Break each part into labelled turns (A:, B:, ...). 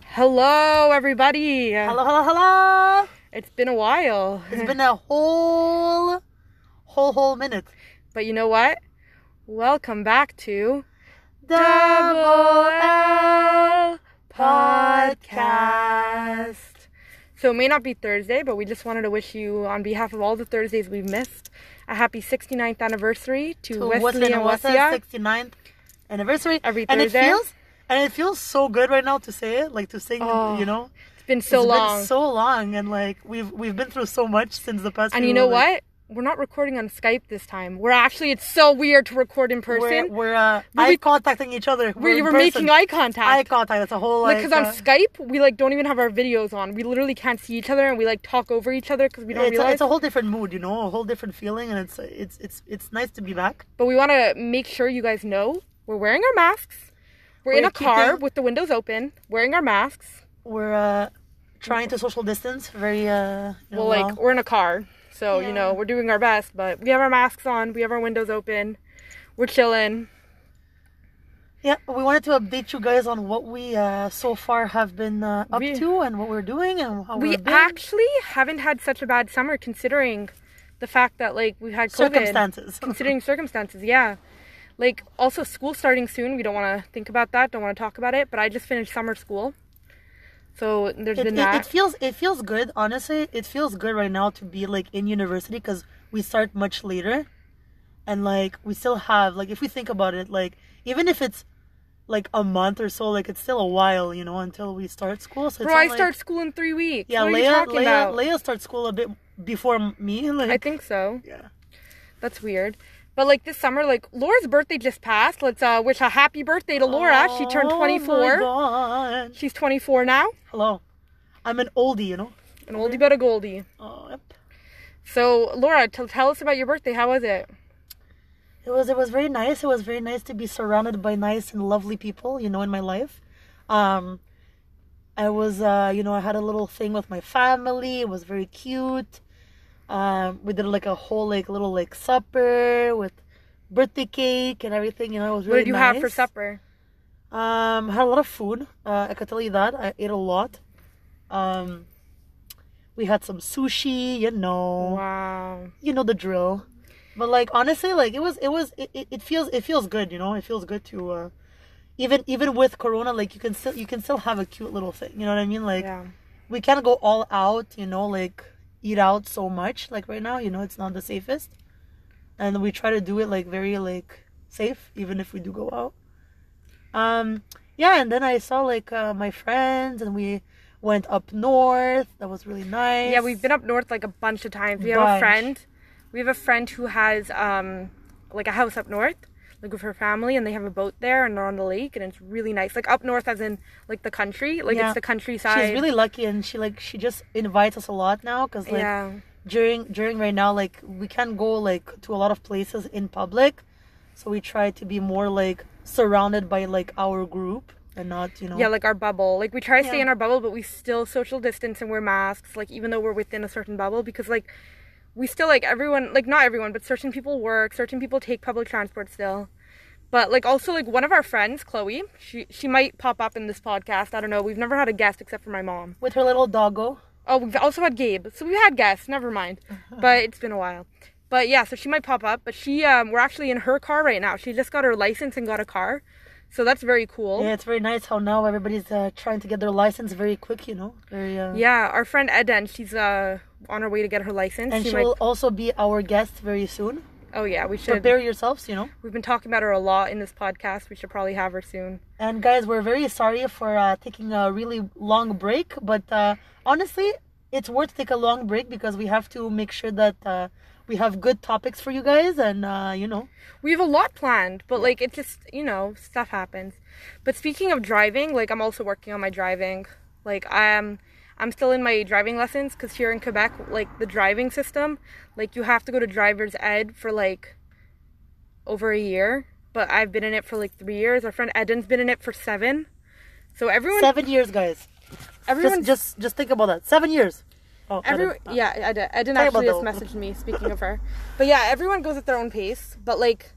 A: Hello, everybody.
B: Hello, hello, hello!
A: It's been a while,
B: It's been a whole, whole, whole minute.
A: but you know what? Welcome back to
B: Double
A: L
B: podcast.
A: So it may not be Thursday, but we just wanted to wish you, on behalf of all the Thursdays we've missed, a happy 69th anniversary to,
B: To
A: Wesley,
B: Wesley
A: and
B: and Wes's
A: Wesia.
B: 69th anniversary.
A: Every
B: and
A: Thursday.
B: it feels, and it feels so good right now to say it, like to sing.
A: Oh,
B: you know,
A: It's been so
B: It's been
A: long,
B: so long, and like we've we've been through so much since the past.
A: and
B: few,
A: you know
B: like,
A: what? We're not recording on Skype this time. We're actually, it's so weird to record in
B: We're,
A: person.
B: we're uh,
A: We're-
B: eye contacting each other.
A: we
B: in
A: were
B: person.
A: making eye contact.
B: eye contact. That's a whole
A: like
B: like.
A: because on
B: uh,
A: Skype we like don't even have our videos on. We literally can't see each other and we like talk over each other because we don't
B: it's a,
A: realize.
B: it's a whole different mood, you know, a whole different feeling, and it's it's it's it's nice to be back.
A: but we want to make sure you guys know we're wearing our masks. We're, in
B: We're
A: a car
B: keeping-
A: with the windows open, wearing our masks.
B: We're uh, trying to social distance very uh, you
A: Well,
B: know,
A: like
B: well.
A: we're in a car, so you
B: Yeah.
A: know we're doing our best. But we have our masks on, we have our windows open, we're chilling.
B: yeah. but We wanted to update you guys on what we uh, so far have been uh, up
A: We-
B: to and what we're doing and how
A: We
B: we've been.
A: actually haven't had such a bad summer considering the fact that like we had COVID.
B: circumstances.
A: considering circumstances, yeah. Like also school starting soon. We don't want to think about that. Don't want to talk about it. But I just finished summer school, so there's
B: It,
A: been
B: it,
A: that.
B: it feels it feels good honestly it feels good right now to be like in university because we start much later and like we still have like if we think about it like even if it's like a month or so like it's still a while you know until we start school so it's
A: Bro, I
B: not like-
A: start school in three weeks.
B: yeah
A: what are you
B: Leia
A: talking
B: Leia
A: about?
B: Leia starts school a bit before m- me like
A: I think so.
B: yeah
A: That's weird. But like this summer, like Laura's birthday just passed. Let's uh, wish a happy birthday to Laura. she turned
B: Oh my
A: 24.
B: God.
A: She's 24 now,
B: hello I'm an oldie you know
A: an oldie but a goldie.
B: oh yep.
A: So Laura, t- tell us about your birthday. How was it?
B: It was it was very nice. It was very nice to be surrounded by nice and lovely people, you know, in my life. Um I was uh, you know, I had a little thing with my family. It was very cute. Um we did like a whole like little like supper with birthday cake and everything, you know, it was
A: What
B: really
A: did you have for
B: nice.
A: supper?
B: Um, I had a lot of food. Uh, I can tell you that. I ate a lot. Um we had some sushi, you know
A: Wow.
B: you know the drill but like honestly like it was it was it, it, it feels it feels good you know it feels good to uh even even with corona like you can still you can still have a cute little thing you know what i mean like
A: Yeah.
B: we can't go all out you know like eat out so much like right now you know it's not the safest and we try to do it like very like safe even if we do go out um yeah and then i saw like uh, my friends and we went up north that was really nice
A: Yeah, we've been up north like a bunch of times. We have a
B: Bunch.
A: friend. We have a friend who has um like a house up north, like with her family, and they have a boat there and they're on the lake, and it's really nice. Like up north, as in like the country, like
B: Yeah.
A: it's the countryside.
B: she's really lucky and she like she just invites us a lot now because like
A: yeah,
B: during during right now like we can't go like to a lot of places in public so we try to be more like surrounded by like our group and not you know
A: yeah, like our bubble. Like we try to stay
B: Yeah.
A: in our bubble, but we still social distance and wear masks. Like even though we're within a certain bubble, because like we still like everyone, like not everyone, but certain people work, certain people take public transport still. But like also like one of our friends, Chloe, she she might pop up in this podcast. I don't know. We've never had a guest except for my mom.
B: with her little doggo
A: Oh, we've also had Gabe. So we had guests, never mind. But it's been a while. But yeah, so she might pop up. But she um we're actually in her car right now. She just got her license and got a car. So that's very cool.
B: yeah it's very nice how now everybody's uh, trying to get their license very quick you know very uh,
A: Yeah, our friend Eden, she's uh on her way to get her license.
B: and she
A: might-
B: will also be our guest very soon
A: Oh yeah, we should
B: prepare yourselves you know
A: we've been talking about her a lot in this podcast. We should probably have her soon.
B: And guys, we're very sorry for uh, taking a really long break, but uh, honestly, it's worth to take a long break because we have to make sure that uh, we have good topics for you guys, and uh, you know,
A: we have a lot planned, but like it just you know stuff happens. But speaking of driving, like I'm also working on my driving. Like I'm I'm still in my driving lessons because here in Quebec, like the driving system, like you have to go to driver's ed for like over a year. But I've been in it for like three years. Our friend Eden's been in it for seven. So everyone,
B: seven years, guys.
A: everyone,
B: Just, just, just think about that. Seven years. Oh, I
A: Every,
B: don't-
A: yeah, Eden, Eden
B: Sorry
A: actually just
B: about
A: messaged me speaking of her. But yeah, everyone goes at their own pace. But like,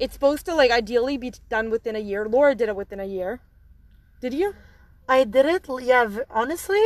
A: it's supposed to like ideally be done within a year. Laura did it within a year. Did you?
B: I did it. l- Yeah, v- honestly,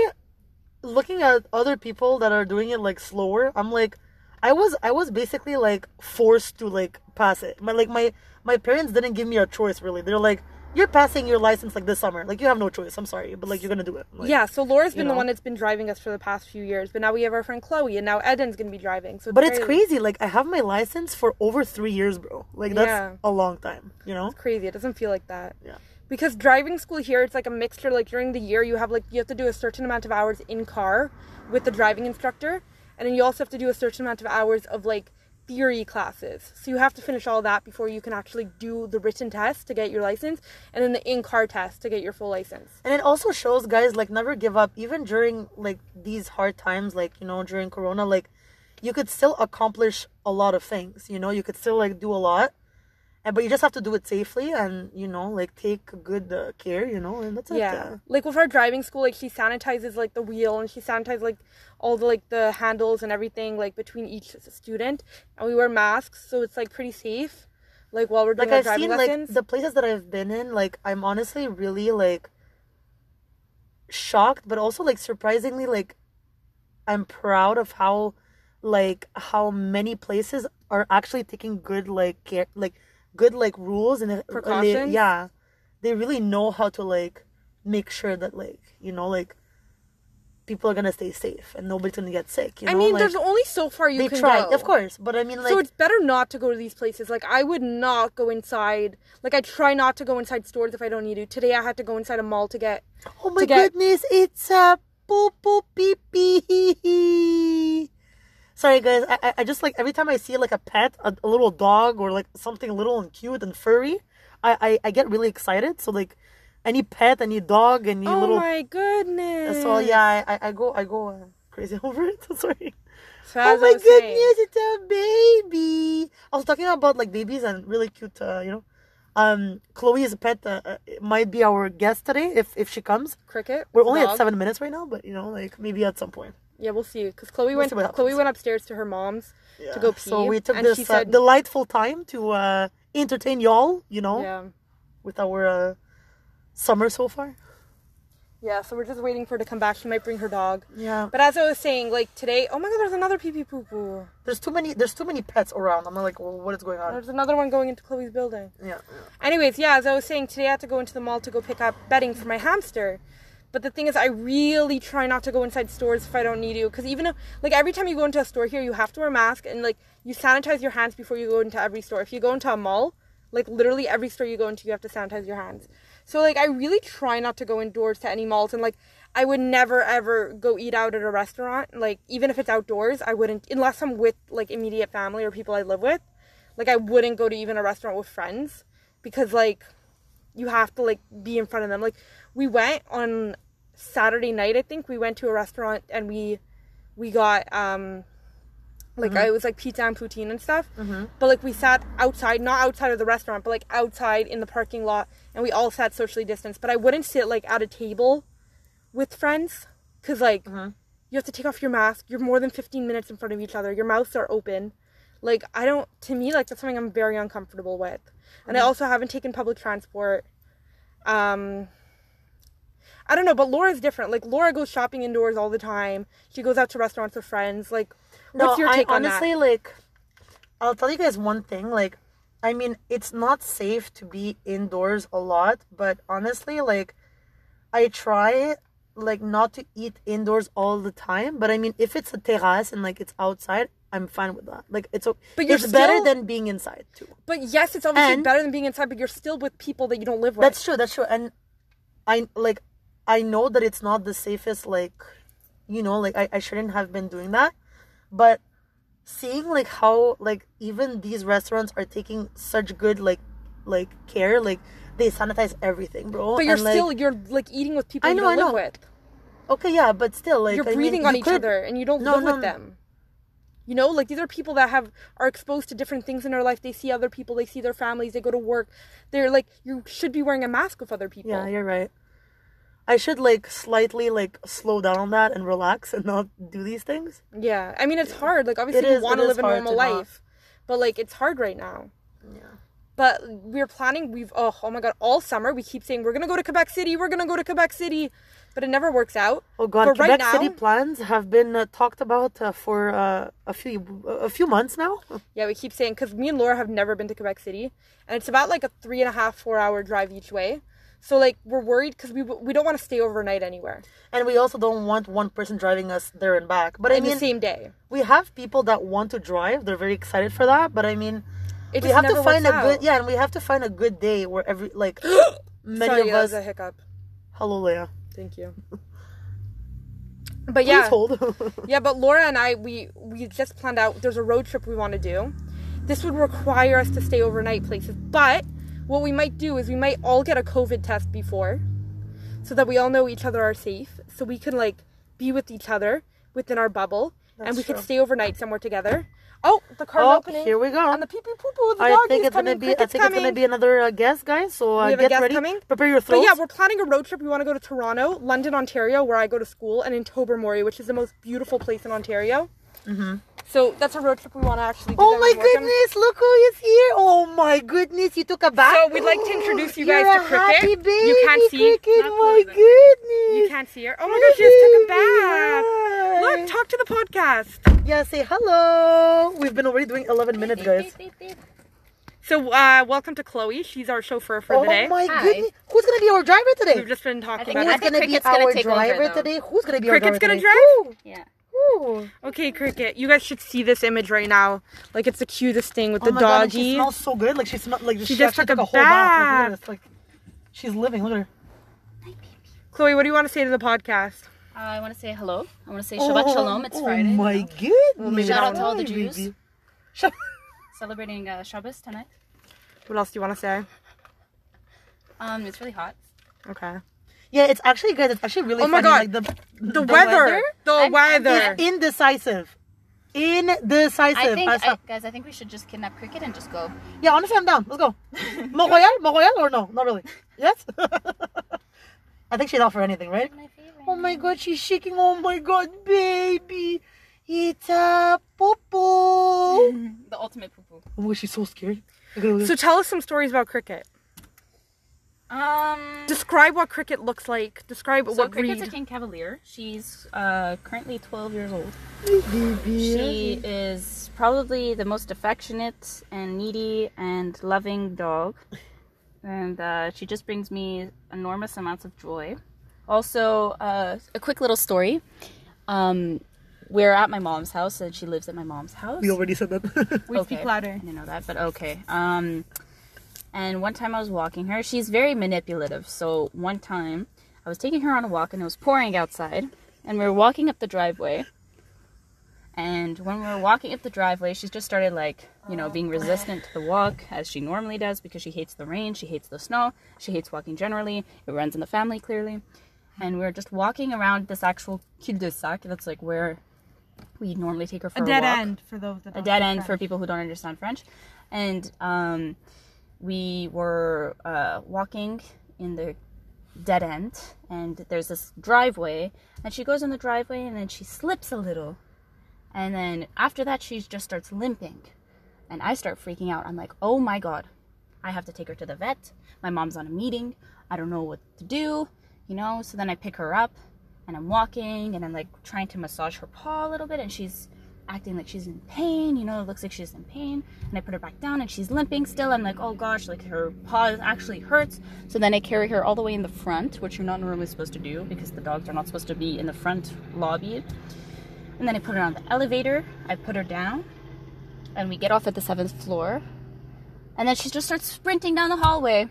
B: looking at other people that are doing it like slower, I'm like, I was I was basically like forced to like pass it. My like my my parents didn't give me a choice really. They're like, you're passing your license like this summer. Like you have no choice. I'm sorry, but like you're gonna do it. I'm like-
A: yeah, so Laura's been the
B: know.
A: one that's been driving us for the past few years, but now we have our friend Chloe, and now Eden's gonna be driving. So,
B: But it's crazy. Like I have my license for over three years, bro. Like that's
A: Yeah.
B: a long time. You know.
A: crazy. It doesn't feel like that.
B: Yeah.
A: Because driving school here, it's like a mixture. Like during the year, you have like you have to do a certain amount of hours in car with the driving instructor, and then you also have to do a certain amount of hours of like theory classes. So you have to finish all that before you can actually do the written test to get your license, and then the in-car test to get your full license.
B: And it also shows guys like never give up even during like these hard times like you know during corona like you could still accomplish a lot of things you know you could still like do a lot and but you just have to do it safely and you know like take good uh, care you know and that's it
A: Yeah.
B: uh,
A: Like with our driving school, like she sanitizes like the wheel and she sanitizes like all the like the handles and everything like between each s- student, and we wear masks, so it's like pretty safe. Like while we're doing
B: like
A: our
B: I've
A: driving
B: seen
A: lessons.
B: like the places that I've been in like I'm honestly really like shocked but also like surprisingly like I'm proud of how like how many places are actually taking good like care like good like rules and uh, they-
A: Precautions?
B: yeah they really know how to like make sure that like you know like people are gonna stay safe and nobody's gonna get sick you
A: I
B: know
A: mean,
B: like,
A: there's only so far you
B: they
A: can
B: try
A: go.
B: of course but I mean like
A: so it's better not to go to these places. Like I would not go inside. Like I try not to go inside stores if I don't need to. Today I had to go inside a mall to get.
B: Oh my
A: to get-
B: goodness, it's a poo poo pee pee. Sorry guys, I, I- I just like every time I see like a pet, a, a little dog or like something little and cute and furry, I, I, I get really excited. So like any pet, any dog, any
A: Oh
B: little
A: my goodness.
B: so yeah, I, I, I go I go uh, crazy over it. Sorry.
A: So as
B: oh
A: I
B: my
A: was
B: goodness,
A: saying-
B: it's a baby. I was talking about like babies and really cute, uh, you know. Um, Chloe's pet uh, uh, might be our guest today if if she comes.
A: Cricket.
B: We're only at
A: dog.
B: seven minutes right now, but you know, like maybe at some point.
A: Yeah, we'll see. Cause Chloe
B: We'll
A: went.
B: see what
A: Chloe
B: happens.
A: went upstairs to her mom's to go pee.
B: So we took
A: and
B: this
A: She
B: uh,
A: said,
B: delightful time to uh, entertain y'all, you know,
A: yeah.
B: with our uh, summer so far.
A: Yeah. So we're just waiting for her to come back. She might bring her dog.
B: Yeah,
A: But as I was saying, like today, oh my god, there's another pee pee poo poo.
B: there's too many. There's too many pets around. I'm like, well, what is going on?
A: There's another one going into Chloe's building.
B: Yeah,
A: Anyways, yeah, as I was saying, today I had to go into the mall to go pick up bedding for my hamster. But the thing is, I really try not to go inside stores if I don't need to. Because even if, like, every time you go into a store here, you have to wear a mask and, like, you sanitize your hands before you go into every store. If you go into a mall, like, literally every store you go into, you have to sanitize your hands. So, like, I really try not to go indoors to any malls. And, like, I would never, ever go eat out at a restaurant. Like, even if it's outdoors, I wouldn't, unless I'm with, like, immediate family or people I live with. Like, I wouldn't go to even a restaurant with friends because like you have to like be in front of them like we went on saturday night i think we went to a restaurant and we we got um like I was like pizza and poutine and stuff, but like we sat outside, not outside of the restaurant, but like outside in the parking lot, and we all sat socially distanced. But I wouldn't sit like at a table with friends, cause like
B: Mm-hmm.
A: you have to take off your mask. You're more than 15 minutes in front of each other. Your mouths are open. Like, I don't, to me, like, that's something I'm very uncomfortable with. And I
B: Mm-hmm.
A: also haven't taken public transport. Um, I don't know, but Laura's different. Like, Laura goes shopping indoors all the time. She goes out to restaurants with friends. Like, what's your take
B: I,
A: on
B: honestly,
A: that?
B: like, I'll tell you guys one thing. Like, I mean, it's not safe to be indoors a lot, but honestly, like, I try like not to eat indoors all the time. But I mean, if it's a terrace and like it's outside, I'm fine with that. Like, it's o-
A: But you're
B: it's better
A: still-
B: than being inside too.
A: But yes, it's obviously
B: And-
A: better than being inside, but you're still with people that you don't live with.
B: That's true. That's true. And I like, I know that it's not the safest. Like, you know, like I, I shouldn't have been doing that, but seeing like how like even these restaurants are taking such good like like care, like they sanitize everything, bro.
A: but you're
B: and, like,
A: still, you're like eating with people
B: I know,
A: you
B: I
A: don't
B: know.
A: live with.
B: okay, yeah, but still like
A: you're
B: I mean,
A: breathing on
B: you
A: each
B: could-
A: other and you don't
B: No,
A: live
B: no,
A: with them you know like these are people that have are exposed to different things in their life they see other people they see their families they go to work they're like you should be wearing a mask with other people
B: Yeah, you're right. I should like slightly like slow down on that and relax and not do these things.
A: Yeah. i mean it's hard like obviously you
B: is-
A: want
B: it
A: to
B: is
A: live a
B: hard
A: normal
B: to not-
A: life but like it's hard right now
B: Yeah.
A: But we're planning. We've oh, oh my god, all summer we keep saying we're gonna go to Quebec City. We're gonna go to Quebec City, but it never works out.
B: Oh God,
A: But right
B: Quebec
A: now-
B: City plans have been uh, talked about uh, for uh, a few a few months now.
A: Yeah, we keep saying because me and Laura have never been to Quebec City, and it's about like a three and a half, four hour drive each way. So like we're worried because we we don't want to stay overnight anywhere
B: And we also don't want one person driving us there and back. But I
A: in
B: mean,
A: the same day.
B: we have people that want to drive. They're very excited for that. But I mean,
A: It
B: we
A: just
B: have to
A: never
B: find a
A: works out.
B: good yeah, and we have to find a good day where every like many
A: Sorry,
B: of
A: that
B: us.
A: was a hiccup.
B: Hello, Leia.
A: Thank you. But
B: Please
A: yeah,
B: hold.
A: yeah. But Laura and I, we we just planned out. There's a road trip we want to do. This would require us to stay overnight places. But what we might do is we might all get a COVID test before, so that we all know each other are safe. So we can like be with each other within our bubble, and
B: That's
A: we
B: true.
A: could stay overnight somewhere together. Oh, the car's
B: Oh,
A: opening.
B: here we go.
A: And the pee pee poo poo. The
B: I
A: dog
B: think
A: is
B: it's
A: coming.
B: gonna be. I
A: Cricket's
B: think it's gonna
A: coming.
B: be another uh, guest, guys. So uh,
A: have a
B: get
A: guest
B: ready.
A: coming?
B: Prepare your
A: But
B: throats.
A: yeah, we're planning a road trip. We want to go to Toronto, London, Ontario, where I go to school, and in Tobermory, which is the most beautiful place in Ontario. So that's a road trip we want to actually do.
B: Mm-hmm.
A: that
B: Oh my
A: we're working on.
B: goodness! Look who is here! Oh my goodness! You took a bath.
A: So we'd like to introduce you guys
B: You're
A: to
B: a
A: Cricket.
B: Happy baby,
A: you can't see.
B: Cricket,
C: Not
B: my
C: closing.
B: goodness!
A: You can't see her. Oh my gosh, she just took a bath. Look,
B: bath.
A: talk to the podcast.
B: yeah, say hello. We've been already doing 11 minutes, guys.
A: So uh, welcome to Chloe. She's our chauffeur for
B: Oh
A: the day.
B: my
C: Hi.
B: goodness! Who's gonna be our driver
A: We've
B: today?
A: just been
C: I
A: talking
C: think
A: about
B: Who's
A: it.
C: that's-
B: gonna be
C: Cricket's gonna
B: our
C: take over,
B: driver
C: though.
B: today? Who's gonna be
A: Cricket's
B: our
A: gonna
B: driver today?
A: drive?
C: Yeah.
B: Ooh, ooh.
A: Okay, Cricket, you guys should see this image right now. Like it's the cutest thing with
B: Oh
A: the
B: my God, and
A: doggy.
B: She smells so good. Like she smelled like she,
A: just
B: actually
A: took a
B: whole bath. Like,
A: bath.
B: look at this. Like she's living. Look at her.
A: Chloe, what do you want to say to the podcast?
C: Uh, I want to say hello. I want to say Shabbat Shalom. It's
B: oh
C: Friday.
B: my goodness!
A: maybe
C: Shout out to all the
B: Hi,
C: Jews.
B: baby.
C: Celebrating uh, Shabbos tonight.
A: What else do you want to say?
C: Um, it's really hot.
A: Okay.
B: Yeah, it's actually good. It's actually really.
A: Oh my
B: funny.
A: God.
B: Like the
A: The, weather.
C: weather?
A: The
C: I'm-
A: weather.
B: is indecisive. Indecisive.
C: I think,
B: as
C: I,
B: fuck.
C: guys, I think we should just kidnap Cricket and just go.
B: yeah, honestly, I'm down. Let's go. Montreal, Montreal, or no? Not really. Yes. I think she's out for anything, right?
C: My favorite.
B: Oh my god, she's shaking. Oh my god, baby, it's a popo.
C: The ultimate poo poo.
B: Oh my god, she's so scary. Look at her, look at
A: so tell us some stories about cricket.
C: Um.
A: Describe what cricket looks like. Describe
C: So
A: what
C: Cricket's
A: breed.
C: a King Cavalier. She's uh, currently 12 years old.
B: her. baby.
C: She is probably the most affectionate and needy and loving dog. And uh, she just brings me enormous amounts of joy. Also, uh, a quick little story. Um, we're at my mom's house, and she lives at my mom's house.
B: We already said that.
A: We speak
C: I
A: louder.
C: didn't know that, but okay. Um, and one time I was walking her. She's very manipulative. So one time I was taking her on a walk and it was pouring outside, and we were walking up the driveway. And when we were walking up the driveway, she just started like, you know, being resistant to the walk as she normally does because she hates the rain, she hates the snow, she hates walking generally. It runs in the family clearly. And we were just walking around this actual cul-de-sac. That's like where we normally take her for a, walk
A: for those that
C: a dead end for people who don't understand French. And um, we were uh, walking in the dead end, and there's this driveway, and she goes in the driveway, and then she slips a little, and then after that, she just starts limping, and I start freaking out. I'm like, oh my god, I have to take her to the vet. My mom's on a meeting. I don't know what to do, you know. So then I pick her up, and I'm walking, and I'm like trying to massage her paw a little bit, and she's acting like she's in pain. You know, it looks like she's in pain. And I put her back down, and she's limping still. I'm like, oh gosh, like her paw actually hurts. So then I carry her all the way in the front, which you're not normally supposed to do because the dogs are not supposed to be in the front lobby. And then I put her on the elevator. I put her down, and we get off at the seventh floor. And then she just starts sprinting down the hallway.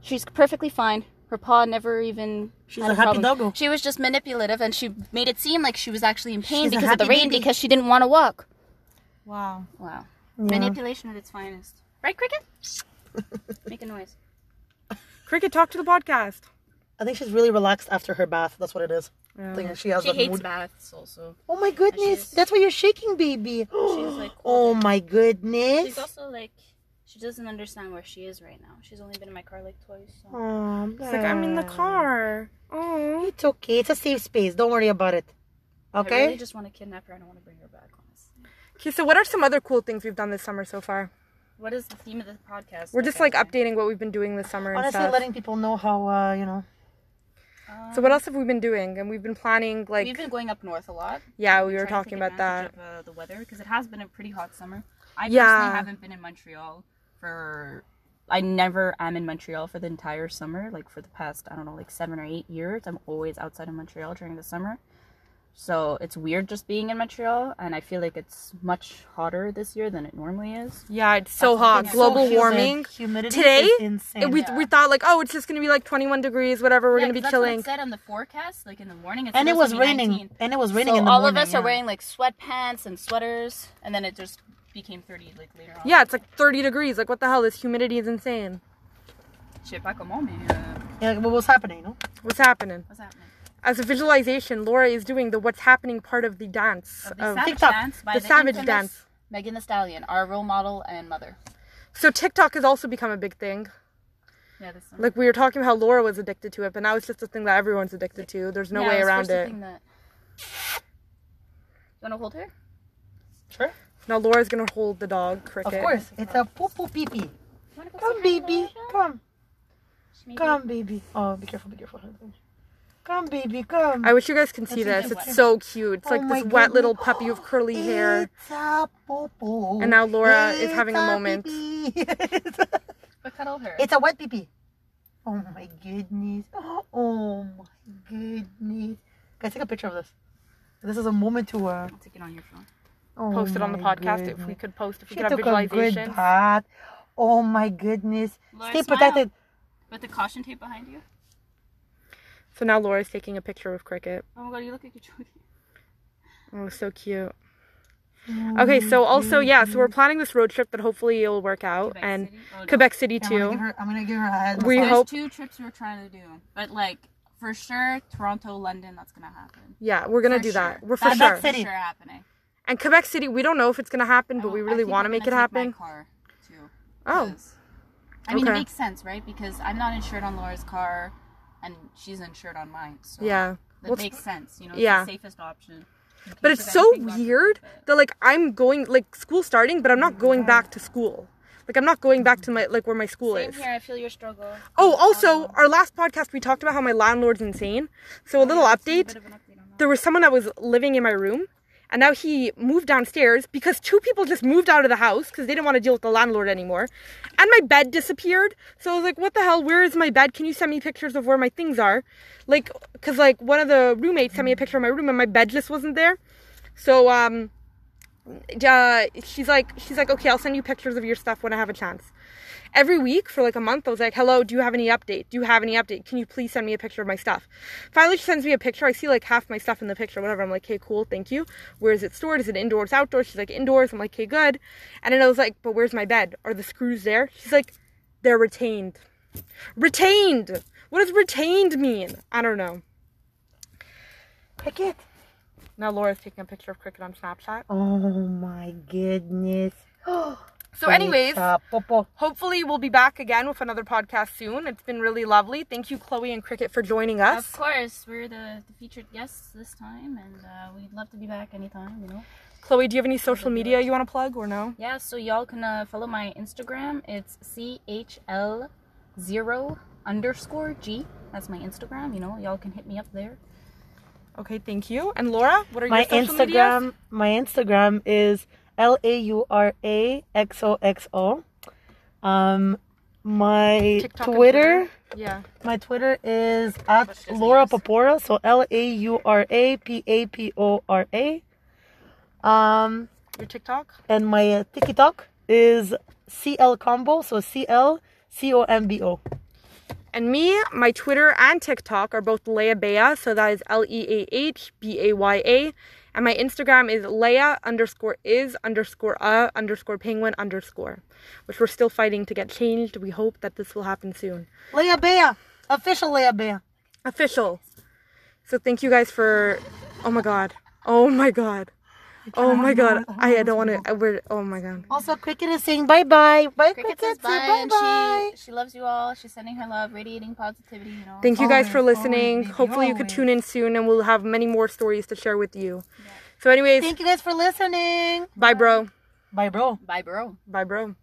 C: She's perfectly fine. Her paw never even.
B: She's
C: had
B: a happy
C: problem.
B: doggo.
C: She was just manipulative, and she made it seem like she was actually in pain
B: She's a
C: because of the
B: happy
C: rain
B: baby.
C: because she didn't want to walk.
A: Wow.
C: Wow, manipulation at its finest. Right, cricket? Make a noise.
A: Cricket, talk to the podcast.
B: I think she's really relaxed after her bath. That's what it is. I think she has
C: Oh. She
B: that
C: hates
B: mood.
C: baths, also.
B: Oh my goodness,
C: She's-
B: that's why you're shaking, baby.
C: She's like,
B: Oh my
C: she's
B: goodness.
C: also like, she doesn't understand where she is right now. She's only been in my car like twice. So.
B: Aw,
A: It's like I'm in the
C: Uh.
B: bleh.
A: car. Oh.
B: It's okay. It's a safe space. Don't worry about it.
C: I
B: Okay.
C: really just want to kidnap her. I don't want to bring her back. Honestly.
A: Okay, so what are some other cool things we've done this summer so far?
C: What is the theme of the podcast?
A: We're just like updating what we've been doing this summer and
B: Honestly,
A: stuff.
B: letting people know how uh, you know.
A: so what else have we been doing? And we've been planning like
C: We've been going up north a lot.
A: yeah, we were
C: trying to
A: talking
C: take
A: about that.
C: advantage Of, uh, the weather because it has been a pretty hot summer. I
A: Yeah.
C: personally haven't been in Montreal for. I never am in Montreal for the entire summer. Like for the past, I don't know, like seven or eight years, I'm always outside of Montreal during the summer. So it's weird just being in Montreal, and I feel like it's much hotter this year than it normally is.
A: Yeah, it's so
C: That's-
A: hot.
C: it's so
A: Global
B: humid.
A: warming.
B: Humidity
A: Today,
B: is
A: it-
B: insane.
A: we we thought like oh it's just gonna be like 21 degrees whatever we're
C: Yeah,
A: gonna be
C: 'cause that's what it
A: chilling.
C: said on the forecast, like in the morning, it's
B: and it was
C: supposed to be
B: raining.
C: 19.
B: And it was raining
C: so
B: in the
C: all
B: morning.
C: of us
B: yeah.
C: are wearing like sweatpants and sweaters, and then it just became 30 like later on.
A: Yeah, it's like 30 degrees. Like what the hell? This humidity is insane.
C: Je sais pas comment, mais, uh,
B: Yeah, what was happening? No?
A: What's happening?
C: what's happening?
A: As a visualization, Laura is doing the what's happening part of the dance.
C: Of the
A: Of,
C: Savage
B: TikTok.
C: Dance by
A: Um, The
C: the,
A: Savage
C: infamous
A: Dance.
C: Megan the Stallion, our role model and mother.
A: so TikTok has also become a big thing.
C: Yeah, this one.
A: Like we were talking about how Laura was addicted to it, but now it's just a thing that everyone's addicted to. There's no
C: Yeah, I
A: way
C: was
A: around
C: first to
A: it.
C: think that- You want to hold her?
B: Sure.
A: Now Laura's gonna hold the dog cricket.
B: Of course. It's a poo poo pee pee.
C: You wanna go
B: Come,
C: sit next to
B: baby.
C: Elijah?
B: Come.
C: She may be-
B: Come, baby. Oh, be careful, be careful. Come, baby. Come.
A: I wish you guys can see
B: That's
A: this.
B: even
A: It's so cute. It's
B: Oh
A: like
B: my
A: this wet little
B: goodness. Oh
A: puppy with curly hair.
B: It's a poo-poo.
A: And now Laura is
B: It's
A: having a moment.
B: pee-pee. it's
C: But cuddle her.
B: a wet pee pee. Oh my goodness. Oh my goodness. Guys, take a picture of this. This is a moment to uh.
C: I'll take it on your phone.
B: Oh
A: Post it on the
B: my
A: podcast if we
B: goodness.
A: could post if we
B: She
A: could have
B: took a good
A: visualization.
B: bath. Oh my goodness.
C: Laura,
B: Stay
C: smile.
B: protected.
C: With the caution tape behind you?
A: So now Laura's taking a picture of cricket.
C: Oh my god, you look like you're joking.
A: Oh, so cute. Okay,
C: Um,
A: so also yeah, so we're planning this road trip that hopefully it'll work out
C: Quebec
A: and
C: City? Oh, no.
A: Quebec City
B: I'm gonna
A: too.
B: give her. I'm gonna give her a head.
A: We
C: There's
A: hope
C: two trips we were trying to do. But like, for sure, Toronto, London, that's going to happen.
A: yeah, we're gonna
C: For
A: do that.
C: sure.
A: We're for
B: That- that's
A: sure.
B: it.
C: For
B: City.
C: sure happening.
A: And Quebec City, we don't know if it's gonna happen, but
C: I
A: we
C: will- I
A: really
C: think
A: want to
C: I'm
A: make it
C: gonna take my
A: happen.
C: car, too,
A: Oh.
C: 'cause- I mean,
A: Okay.
C: it makes sense, right? Because I'm not insured on Laura's car, and she's insured on mine. So
A: Yeah.
C: that
A: Well, it's-
C: makes sense. You know, it's
A: yeah.
C: the safest option. in
A: But
C: case
A: it's
C: of
A: so
C: anything, God forbid,
A: weird
C: but-
A: that like I'm going like school starting, but I'm not going back to school. Like I'm not going back to my like where my school
C: Same
A: is.
C: here. Um, I feel your struggle.
A: Oh, also, our last podcast we talked about how my landlord's insane.
C: oh,
A: So a little
C: A
A: update.
C: bit of an update on that.
A: There was someone that was living in my room, and now he moved downstairs because two people just moved out of the house because they didn't want to deal with the landlord anymore. And my bed disappeared. So I was like, "What the hell? Where is my bed? Can you send me pictures of where my things are?" Like, cause like one of the roommates sent me a picture of my room, and my bed just wasn't there. So um, uh, she's like she's like okay i'll send you pictures of your stuff when i have a chance every week for like a month i was like hello do you have any update do you have any update can you please send me a picture of my stuff finally she sends me a picture i see like half my stuff in the picture whatever i'm like hey cool thank you where is it stored is it indoors outdoors she's like indoors i'm like okay good and then i was like but where's my bed are the screws there she's like they're retained retained what does retained mean i don't know
B: Cricket.
A: now laura's taking a picture of cricket on snapchat
B: Oh my goodness.
A: so anyways
B: It's a poo-poo.
A: Hopefully, we'll be back again with another podcast soon. It's been really lovely. Thank you, Chloe and Cricket, for joining
C: Of
A: us.
C: course, we're the, the featured guests this time, and uh, we'd love to be back anytime. You know.
A: Chloe, do you have any social media you want to plug or no?
C: Yeah, so y'all can uh, follow my Instagram. It's CHL zero underscore G. That's my Instagram. You know, y'all can hit me up there.
A: Okay, thank you. And Laura, what are
B: My
A: your social
B: Instagram.
A: medias?
B: My Instagram is L A U R A X O X O. Um, my
A: TikTok and
B: Twitter.
A: Yeah.
B: My Twitter is at
C: doesn't
B: Laura
C: use.
B: Papora, so L A U R A P A P O R A. Um,
A: Your TikTok?
B: and my uh, TikTok is CL Combo, so C L C O M B O.
A: And me, my Twitter and TikTok are both Leia Bea, so that is L E A H B A Y A. And my Instagram is Leia underscore is underscore a underscore penguin underscore, which we're still fighting to get changed. We hope that this will happen soon.
B: Leia Bea, official Leia Bea.
A: official. So thank you guys for. Oh my god. Oh my god. Oh my god. I don't want to. We're. Oh my god.
B: Also, Cricket is saying bye bye. Bye, Cricket.
C: Cricket says
B: say
C: bye,
B: bye
C: and
B: bye.
C: she she loves you all. She's sending her love, radiating positivity. You know.
A: Thank you guys for
B: Always, always,
A: listening.
B: baby,
A: Hopefully you could
B: always.
A: tune in soon, and we'll have many more stories to share with you. So, anyways,
B: Thank you guys for listening.
A: bye, bro.
B: Bye, bro.
C: Bye, bro.
A: Bye, bro.